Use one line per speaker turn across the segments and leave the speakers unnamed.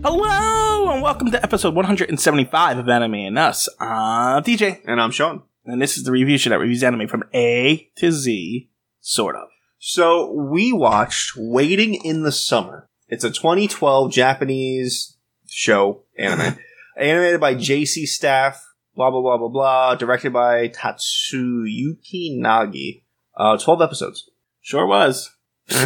Hello, and welcome to episode 175 of Anime and Us. I'm DJ,
And I'm Sean.
and this is the review show that reviews anime from A to Z, sort of.
So we watched Waiting in the Summer. It's a 2012 Japanese show anime, animated by JC Staff. Blah blah blah blah blah. Directed by Tatsuyuki Nagi. Uh, 12 episodes.
Sure was.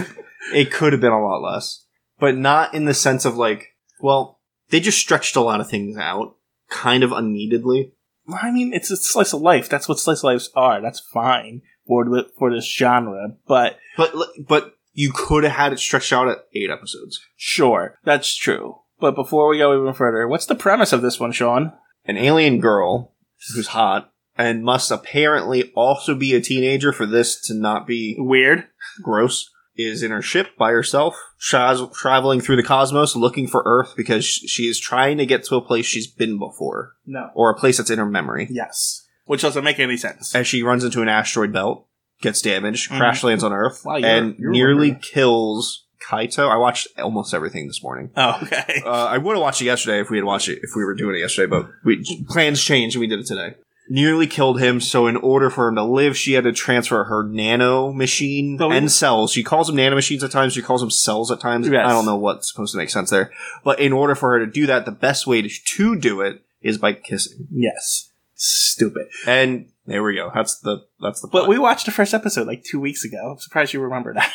It could have been a lot less, but not in the sense of like, well, they just stretched a lot of things out, kind of unneededly.
I mean, it's a slice of life. That's what slice of lives are. That's fine for th- for this genre, but
But but you could have had it stretched out at eight episodes.
sure, that's true. But before we go even further, what's the premise of this one, Sean?
an alien girl who's hot and must apparently also be a teenager for this to not be
Weird.
gross is in her ship by herself travels traveling through the cosmos looking for earth because sh- she is trying to get to a place she's been before
No.
or a place that's in her memory
Yes. Which doesn't make any sense.
as she runs into an asteroid belt gets damaged
Mhm.
crash lands on earth
Wow, you're-
and
you're
nearly
wondering.
kills kaito i watched almost everything this morning
Oh, okay.
uh, I would have watched it yesterday if we had watched it if we were doing it yesterday, but we plans changed and we did it today. Nearly killed him, so in order for him to live, she had to transfer her nano machine
But we-
and cells. She calls them nano machines at times, she calls them cells at times.
Yes.
I don't know what's supposed to make sense there. But in order for her to do that, the best way to, to do it is by kissing.
yes. Stupid.
And there we go. That's the that's the
But
plot.
we watched the first episode like two weeks ago. I'm surprised you remember that.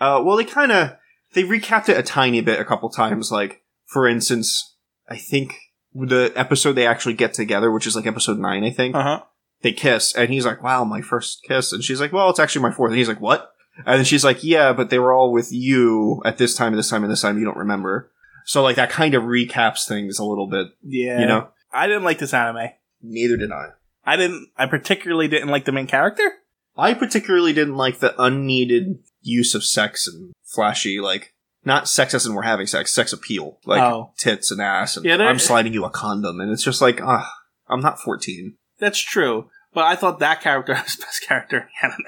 Uh, well, they kind of they recapped it a tiny bit a couple times. Like for instance, I think the episode they actually get together, which is like episode nine, I think.
Uh-huh.
They kiss, and he's like, "Wow, my first kiss," and she's like, "Well, it's actually my fourth. And he's like, "What?" And then she's like, "Yeah, but they were all with you at this time, and this time, and this time. You don't remember." So like that kind of recaps things a little bit,
Yeah.
you know.
I didn't like this anime.
Neither did I.
I didn't I particularly didn't like the main character.
I particularly didn't like the unneeded use of sex and flashy, like not sex as in we're having sex, sex appeal, like
Oh.
tits and ass, and
Yeah, there-
I'm sliding you a condom, and it's just like, ah, I'm not 14.
That's true. But I thought that character was the best character in the anime.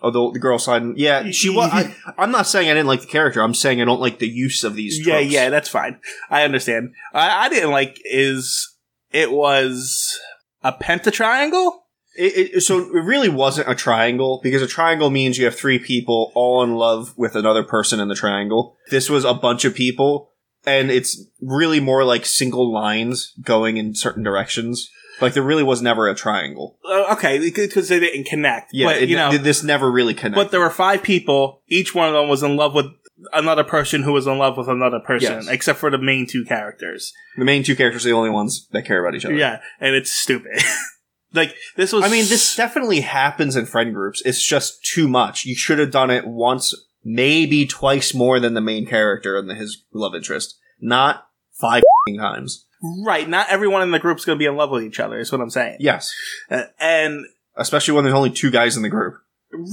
Although the girl sliding, yeah, she was. I, I'm not saying I didn't like the character. I'm saying I don't like the use of these.
yeah,
tropes.
yeah, that's fine. I understand. I, I didn't like is it was a pentatriangle?
It, it, so it really wasn't a triangle because a triangle means you have three people all in love with another person in the triangle. This was a bunch of people, and it's really more like single lines going in certain directions. Like there really was never a triangle.
Uh, okay, because they didn't connect.
Yeah,
but,
it-
you know,
th- this never really connected.
but there were five people. Each one of them was in love with another person who was in love with another person,
Yes.
except for the main two characters.
the main two characters are the only ones that care about each other.
Yeah, and it's stupid. like this was.
I mean, this definitely happens in friend groups. It's just too much. You should have done it once, maybe twice more than the main character and his love interest, not five times.
right. Not everyone in the group's going to be in love with each other. Is what I'm saying.
Yes.
Uh, and
especially when there's only two guys in the group.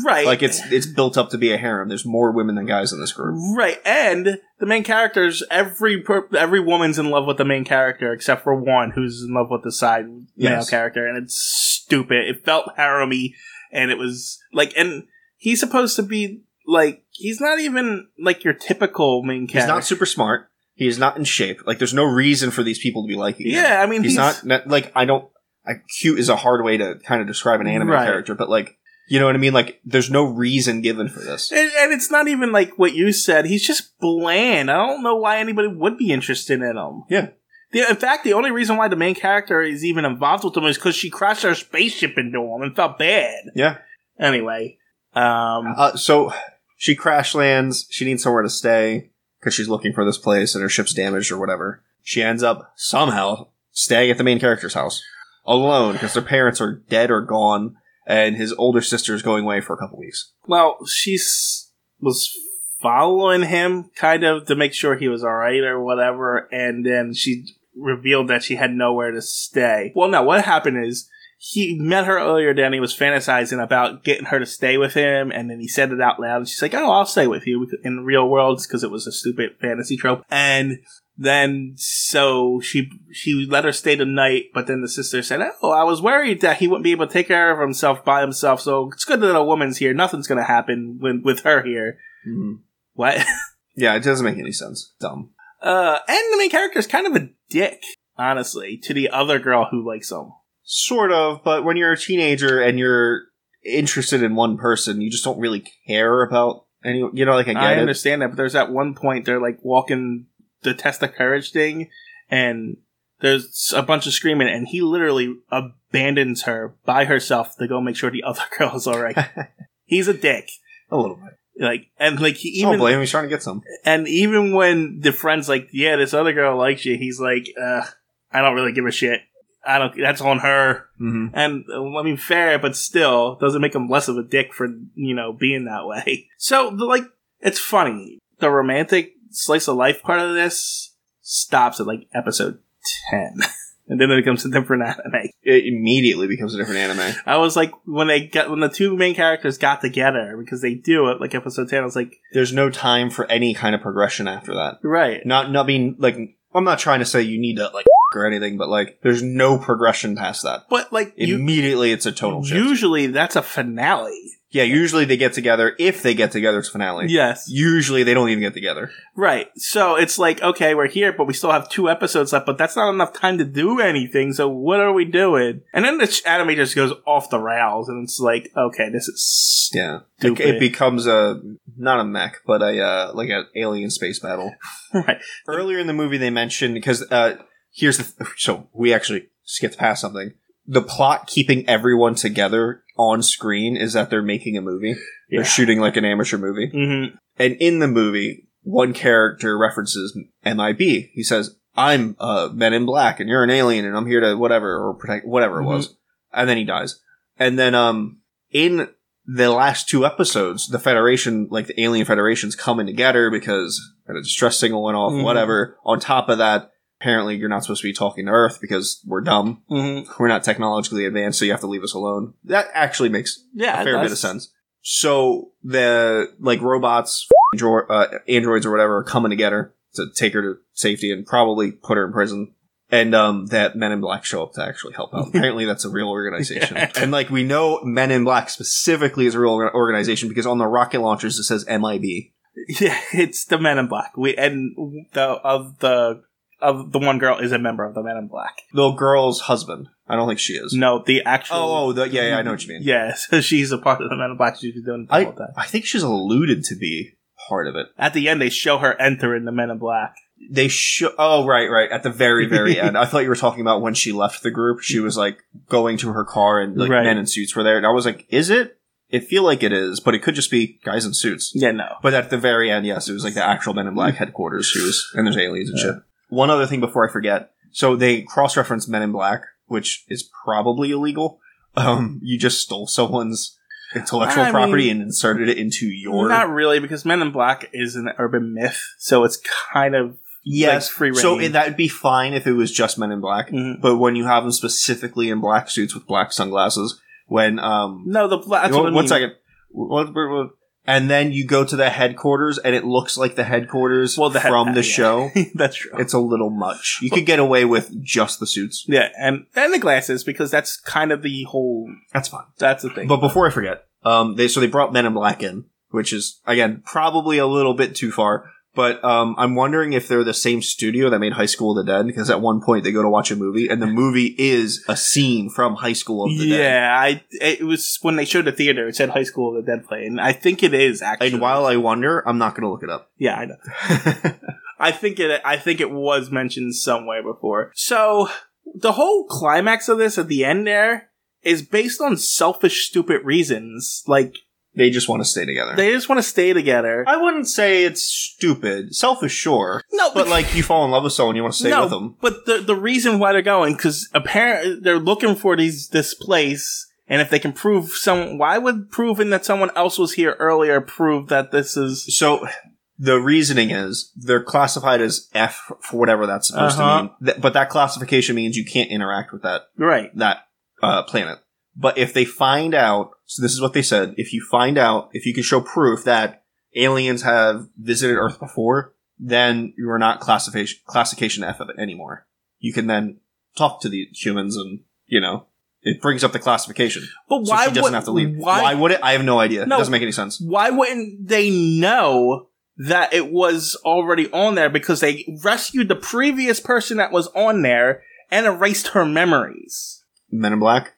right,
Like it's it's built up to be a harem. There's more women than guys in this group.
right. And the main characters, every per- every woman's in love with the main character except for one who's in love with the side male
Yes.
character, and it's stupid. It felt harem-y, and it was like, and he's supposed to be like, he's not even like your typical main
He's
character.
not super smart. He's not in shape. Like there's no reason for these people to be liking. him.
yeah, I mean,
he's, not not- like I don't. I, cute is a hard way to kind of describe an anime
Right.
character, but like you know what I mean. Like there's no reason given for this.
And, and it's not even like what you said. He's just bland. I don't know why anybody would be interested in him.
Yeah.
The, in fact, the only reason why the main character is even involved with him is because she crashed her spaceship into him and felt bad.
Yeah.
Anyway, um,
Uh, so she crash lands. She needs somewhere to stay because she's looking for this place, and her ship's damaged or whatever. She ends up somehow staying at the main character's house alone because their parents are dead or gone, and his older sister is going away for a couple weeks.
well, she's was following him kind of to make sure he was all right or whatever, and then she revealed that she had nowhere to stay. Well, no, what happened is he met her earlier than he was fantasizing about getting her to stay with him, and then he said it out loud, and she's like, "Oh, I'll stay with you." In the real world, because it was a stupid fantasy trope, and then so she she let her stay the night, but then the sister said, "Oh, I was worried that he wouldn't be able to take care of himself by himself, so it's good that a woman's here. Nothing's gonna happen when, with her here." What?
Yeah, it doesn't make any sense. Dumb.
Uh, and the main character is kind of a dick, honestly, to the other girl who likes him.
Sort of, but when you're a teenager and you're interested in one person, you just don't really care about any. You know, like I get
I
it.
understand that, but there's that one point they're like walking the test of courage thing, and there's a bunch of screaming, and he literally abandons her by herself to go make sure the other girl is all right. He's a dick,
A little bit.
like, and like he
Even, don't
even
blame him. He's trying to get some.
and even when the friend's like, "Yeah, this other girl likes you," he's like, uh, "I don't really give a shit. I don't. That's on her."
Mm-hmm.
And uh, I mean, fair, but still doesn't make him less of a dick for you know being that way. So, the, like, it's funny. The romantic slice of life part of this stops at like episode ten, and then it becomes a different anime.
It immediately becomes a different anime.
I was like, when they got when the two main characters got together because they do it like episode ten. I was like,
There's no time for any kind of progression after that.
right,
Not, not being like. I'm not trying to say you need to like or anything, but like, there's no progression past that.
but like you.
Immediately, it's a total shift.
Usually, that's a finale.
yeah, usually they get together. If they get together, it's finale.
Yes.
Usually, they don't even get together.
Right. So it's like, okay, we're here, but we still have two episodes left, but that's not enough time to do anything. So what are we doing? And then the ch- anime just goes off the rails and it's like, okay, this is
Yeah. It,
stupid.
it becomes a not a mech, but a uh, like an alien space battle.
right.
Earlier in the movie, they mentioned because uh, here's the th- so we actually skipped past something. The plot keeping everyone together on screen is that they're making a movie.
Yeah.
They're shooting like an amateur movie,
Mm-hmm.
and in the movie, one character references MIB. He says, "I'm uh, Men in Black, and you're an alien, and I'm here to whatever or protect whatever it was," and then he dies. And then um in the last two episodes, the Federation, like the Alien Federation's coming together because a distress signal went off,
Mhm.
whatever. On top of that, apparently you're not supposed to be talking to Earth because we're dumb.
Mm-hmm.
We're not technologically advanced, so you have to leave us alone. That actually makes
Yeah.
a fair bit of
that's-
sense. So the like robots, f***ing dro- uh, androids or whatever, are coming to get her to take her to safety and probably put her in prison. And um, that Men in Black show up to actually help out. Apparently, that's a real organization.
Yeah.
And like we know, Men in Black specifically is a real orga- organization because on the rocket launchers it says MIB.
Yeah. It's the Men in Black. We and the of the of the one girl is a member of the Men in Black.
The girl's husband. I don't think she is.
No, the actual.
Oh, oh, the, yeah, yeah, I know what you mean.
Yeah. So she's a part of the Men in Black. She's been doing it the whole time.
I think she's alluded to be part of it.
At the end, they show her entering the Men in Black.
they show oh right right at the very very end i thought you were talking about when she left the group she was like going to her car and like
Right.
men in suits were there and i was like is it it feel like it is but it could just be guys in suits
Yeah. Mm. No.
but at the very end yes it was like the actual men in black headquarters she was and there's aliens and shit one other thing before i forget so they cross-reference men in black which is probably illegal um you just stole someone's intellectual
I
property
mean-
and inserted it into your
Not really, because Men in Black is an urban myth, so it's kind of
yes
like, free
so
reign.
it- that'd be fine if it was just men in black
Mm-hmm.
But when you have them specifically in black suits with black sunglasses, when um,
no. The bla- that's
one-
what I mean.
one second, What- what- what- and then you go to the headquarters, and it looks like the headquarters
Well, the head-
from the
yeah.
show.
that's true.
It's a little much. You could get away with just the suits.
yeah, and and the glasses because that's kind of the whole.
That's fine.
That's the thing.
But before I forget, um, they so they brought Men in Black in, which is again probably a little bit too far. But um, I'm wondering if they're the same studio that made High School of the Dead, because at one point they go to watch a movie, and the movie is a scene from High School of the Dead.
yeah, I it was when they showed the theater. It said High School of the Dead play, and I think it is actually.
And while I wonder, I'm not going to look it up.
yeah, I know. I think it. I think it was mentioned somewhere before. So the whole climax of this at the end there is based on selfish, stupid reasons. Like
they just want to stay together.
they just want to stay together.
I wouldn't say it's stupid. Selfish, sure.
No,
But like, you fall in love with someone, you want to stay
No.
with them.
But the the reason why they're going because apparently they're looking for these this place, and if they can prove some, why would proving that someone else was here earlier prove that this is
So the reasoning is they're classified as F for whatever that's supposed
Uh-huh.
to mean. Th- but that classification means you can't interact with that
right?
that uh, planet. But if they find out, so this is what they said: if you find out, if you can show proof that aliens have visited Earth before, then you are not classification classification F of it anymore. You can then talk to the humans, and you know it brings up the classification.
But
So
why
she doesn't
would
have to leave.
Why,
would it? I have no idea.
No.
It doesn't make any sense.
why wouldn't they know that it was already on there because they rescued the previous person that was on there and erased her memories.
Men in Black,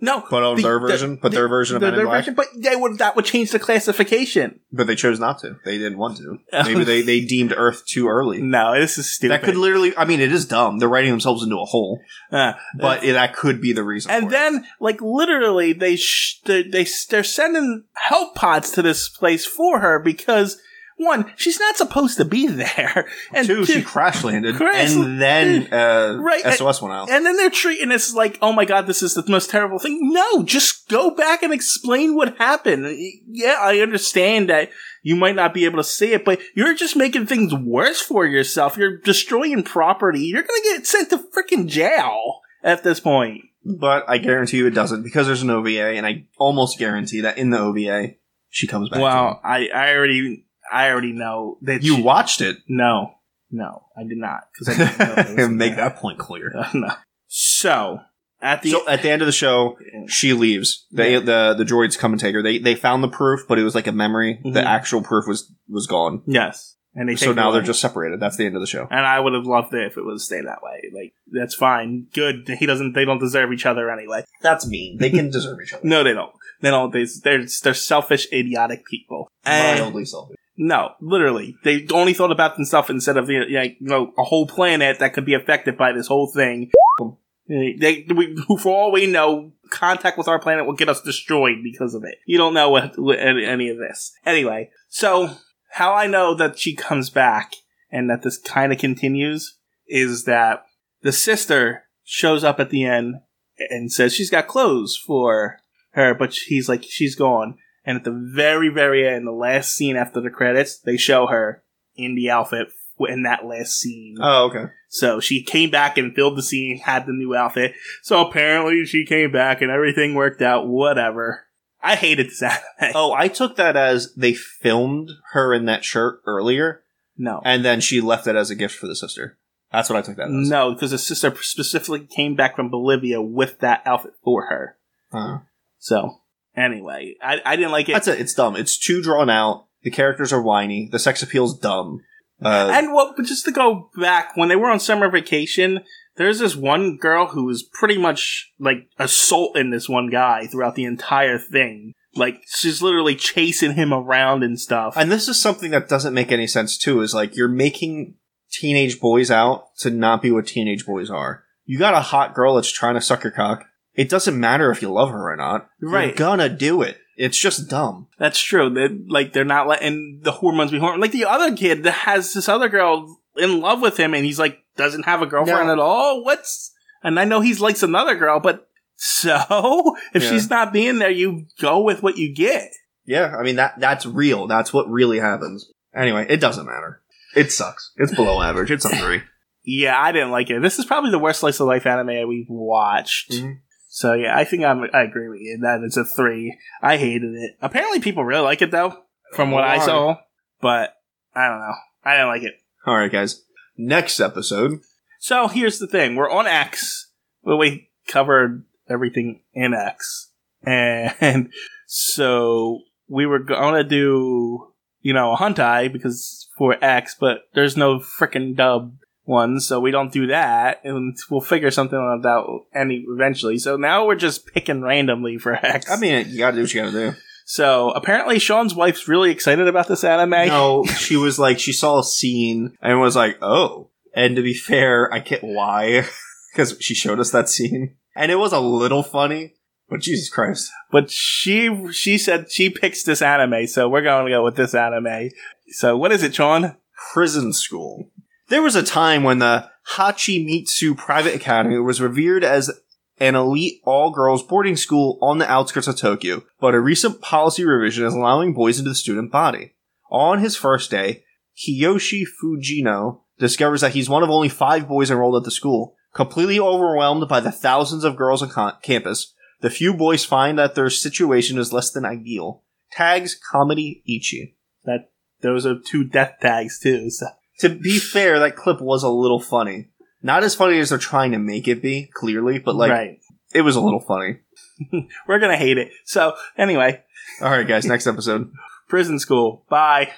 No,
but on
the-
their
the-
version, but their version of
the-
Men in
their
Black.
version, but they would that would change the classification.
But they chose not to. They didn't want to. Maybe they, they deemed Earth too early.
No, this is stupid.
That could literally. I mean, it is dumb. They're writing themselves into a hole.
Uh,
But it, that could be the reason.
and
for it.
then like literally they sh- they they they're sending help pods to this place for her because one she's not supposed to be there and
two, she
two-
crash landed,
Crash-
and then uh,
Right, and-
SOS went out.
and then they're treating this like oh my god this is the most terrible thing no just go back and explain what happened yeah i understand that you might not be able to see it but you're just making things worse for yourself you're destroying property you're gonna get sent to freaking jail at this point
but I guarantee you it doesn't because there's an OVA, and I almost guarantee that in the OVA she comes back.
wow i i already i already know
to
that
him.
she-
you watched it.
No, no, I did not because I didn't know it was Uh, in
Make
there.
that point clear.
no. So at the
so at the end of the show, she leaves. They,
Yeah.
The the droids come and take her. They they found the proof, but it was like a memory.
Mhm.
The actual proof was was gone.
yes, and they
So
take
now
away.
they're just separated. That's the end of the show.
And I would have loved it if it would stay that way. Like that's fine, good. He doesn't. They don't deserve each other anyway.
That's mean. They can deserve each other.
No, they don't. They don't. They, they're they're selfish, idiotic people. And-
Mildly selfish.
No, literally, they only thought about themselves instead of the like you know a whole planet that could be affected by this whole thing. They, we, who for all we know, contact with our planet will get us destroyed because of it. You don't know what, what any, any of this. Anyway, so how I know that she comes back and that this kind of continues is that the sister shows up at the end and says she's got clothes for her, but he's like she's gone. And at the very, very end, the last scene after the credits, they show her in the outfit in that last scene.
Oh, okay.
so she came back and filled the scene, had the new outfit. So apparently she came back and everything worked out, whatever. I hated this anime.
Oh, I took that as they filmed her in that shirt earlier,
No.
and then she left it as a gift for the sister. That's what I took that as.
No, because the sister specifically came back from Bolivia with that outfit for her.
Uh,
So, anyway, I, I didn't like it.
that's it. It's dumb. It's too drawn out. The characters are whiny. The sex appeal's dumb. Uh,
And well, but just to go back, when they were on summer vacation, there's this one girl who was pretty much like assaulting this one guy throughout the entire thing. Like she's literally chasing him around and stuff.
And this is something that doesn't make any sense too. Is like you're making teenage boys out to not be what teenage boys are. You got a hot girl that's trying to suck your cock. It doesn't matter if you love her or not.
Right.
You're gonna do it. It's just dumb.
That's true. They, like they're not letting the hormones be hormones. Like the other kid that has this other girl in love with him, and he's like doesn't have a girlfriend
No.
at all. What's and I know he's likes another girl, but so if
Yeah.
she's not being there, you go with what you get.
Yeah, I mean that that's real. That's what really happens. Anyway, it doesn't matter. It sucks. It's below average. It's a three.
Yeah, I didn't like it. This is probably the worst slice of life anime we've watched.
Mhm.
So yeah, I think I'm, I agree with you. That it's a three. I hated it. Apparently, people really like it though, from what I
Why?
saw. But I don't know. I didn't like it.
All right, guys. Next episode.
So here's the thing: we're on X. Well, we covered everything in X, and so we were gonna do you know a huntai because for X, but there's no freaking dub one, so we don't do that, and we'll figure something out about any eventually. So now we're just picking randomly for X.
I mean, you gotta do what you gotta do.
so apparently Sean's wife's really excited about this anime.
No, she was like, she saw a scene and was like, oh. And to be fair, I get why, because she showed us that scene. And it was a little funny, but Jesus Christ.
But she she said she picks this anime, so we're going to go with this anime. So what is it, Sean?
Prison school. There was a time when the Hachimitsu Private Academy was revered as an elite all girls boarding school on the outskirts of Tokyo, but a recent policy revision is allowing boys into the student body. On his first day, Kiyoshi Fujino discovers that he's one of only five boys enrolled at the school. Completely overwhelmed by the thousands of girls on con- campus, the few boys find that their situation is less than ideal. Tags Comedy Ichi.
Those are two death tags too. So
To be fair, that clip was a little funny. Not as funny as they're trying to make it be, clearly, but like,
right,
it was a little funny.
we're gonna hate it. So anyway,
Alright, guys, next episode.
prison school. Bye.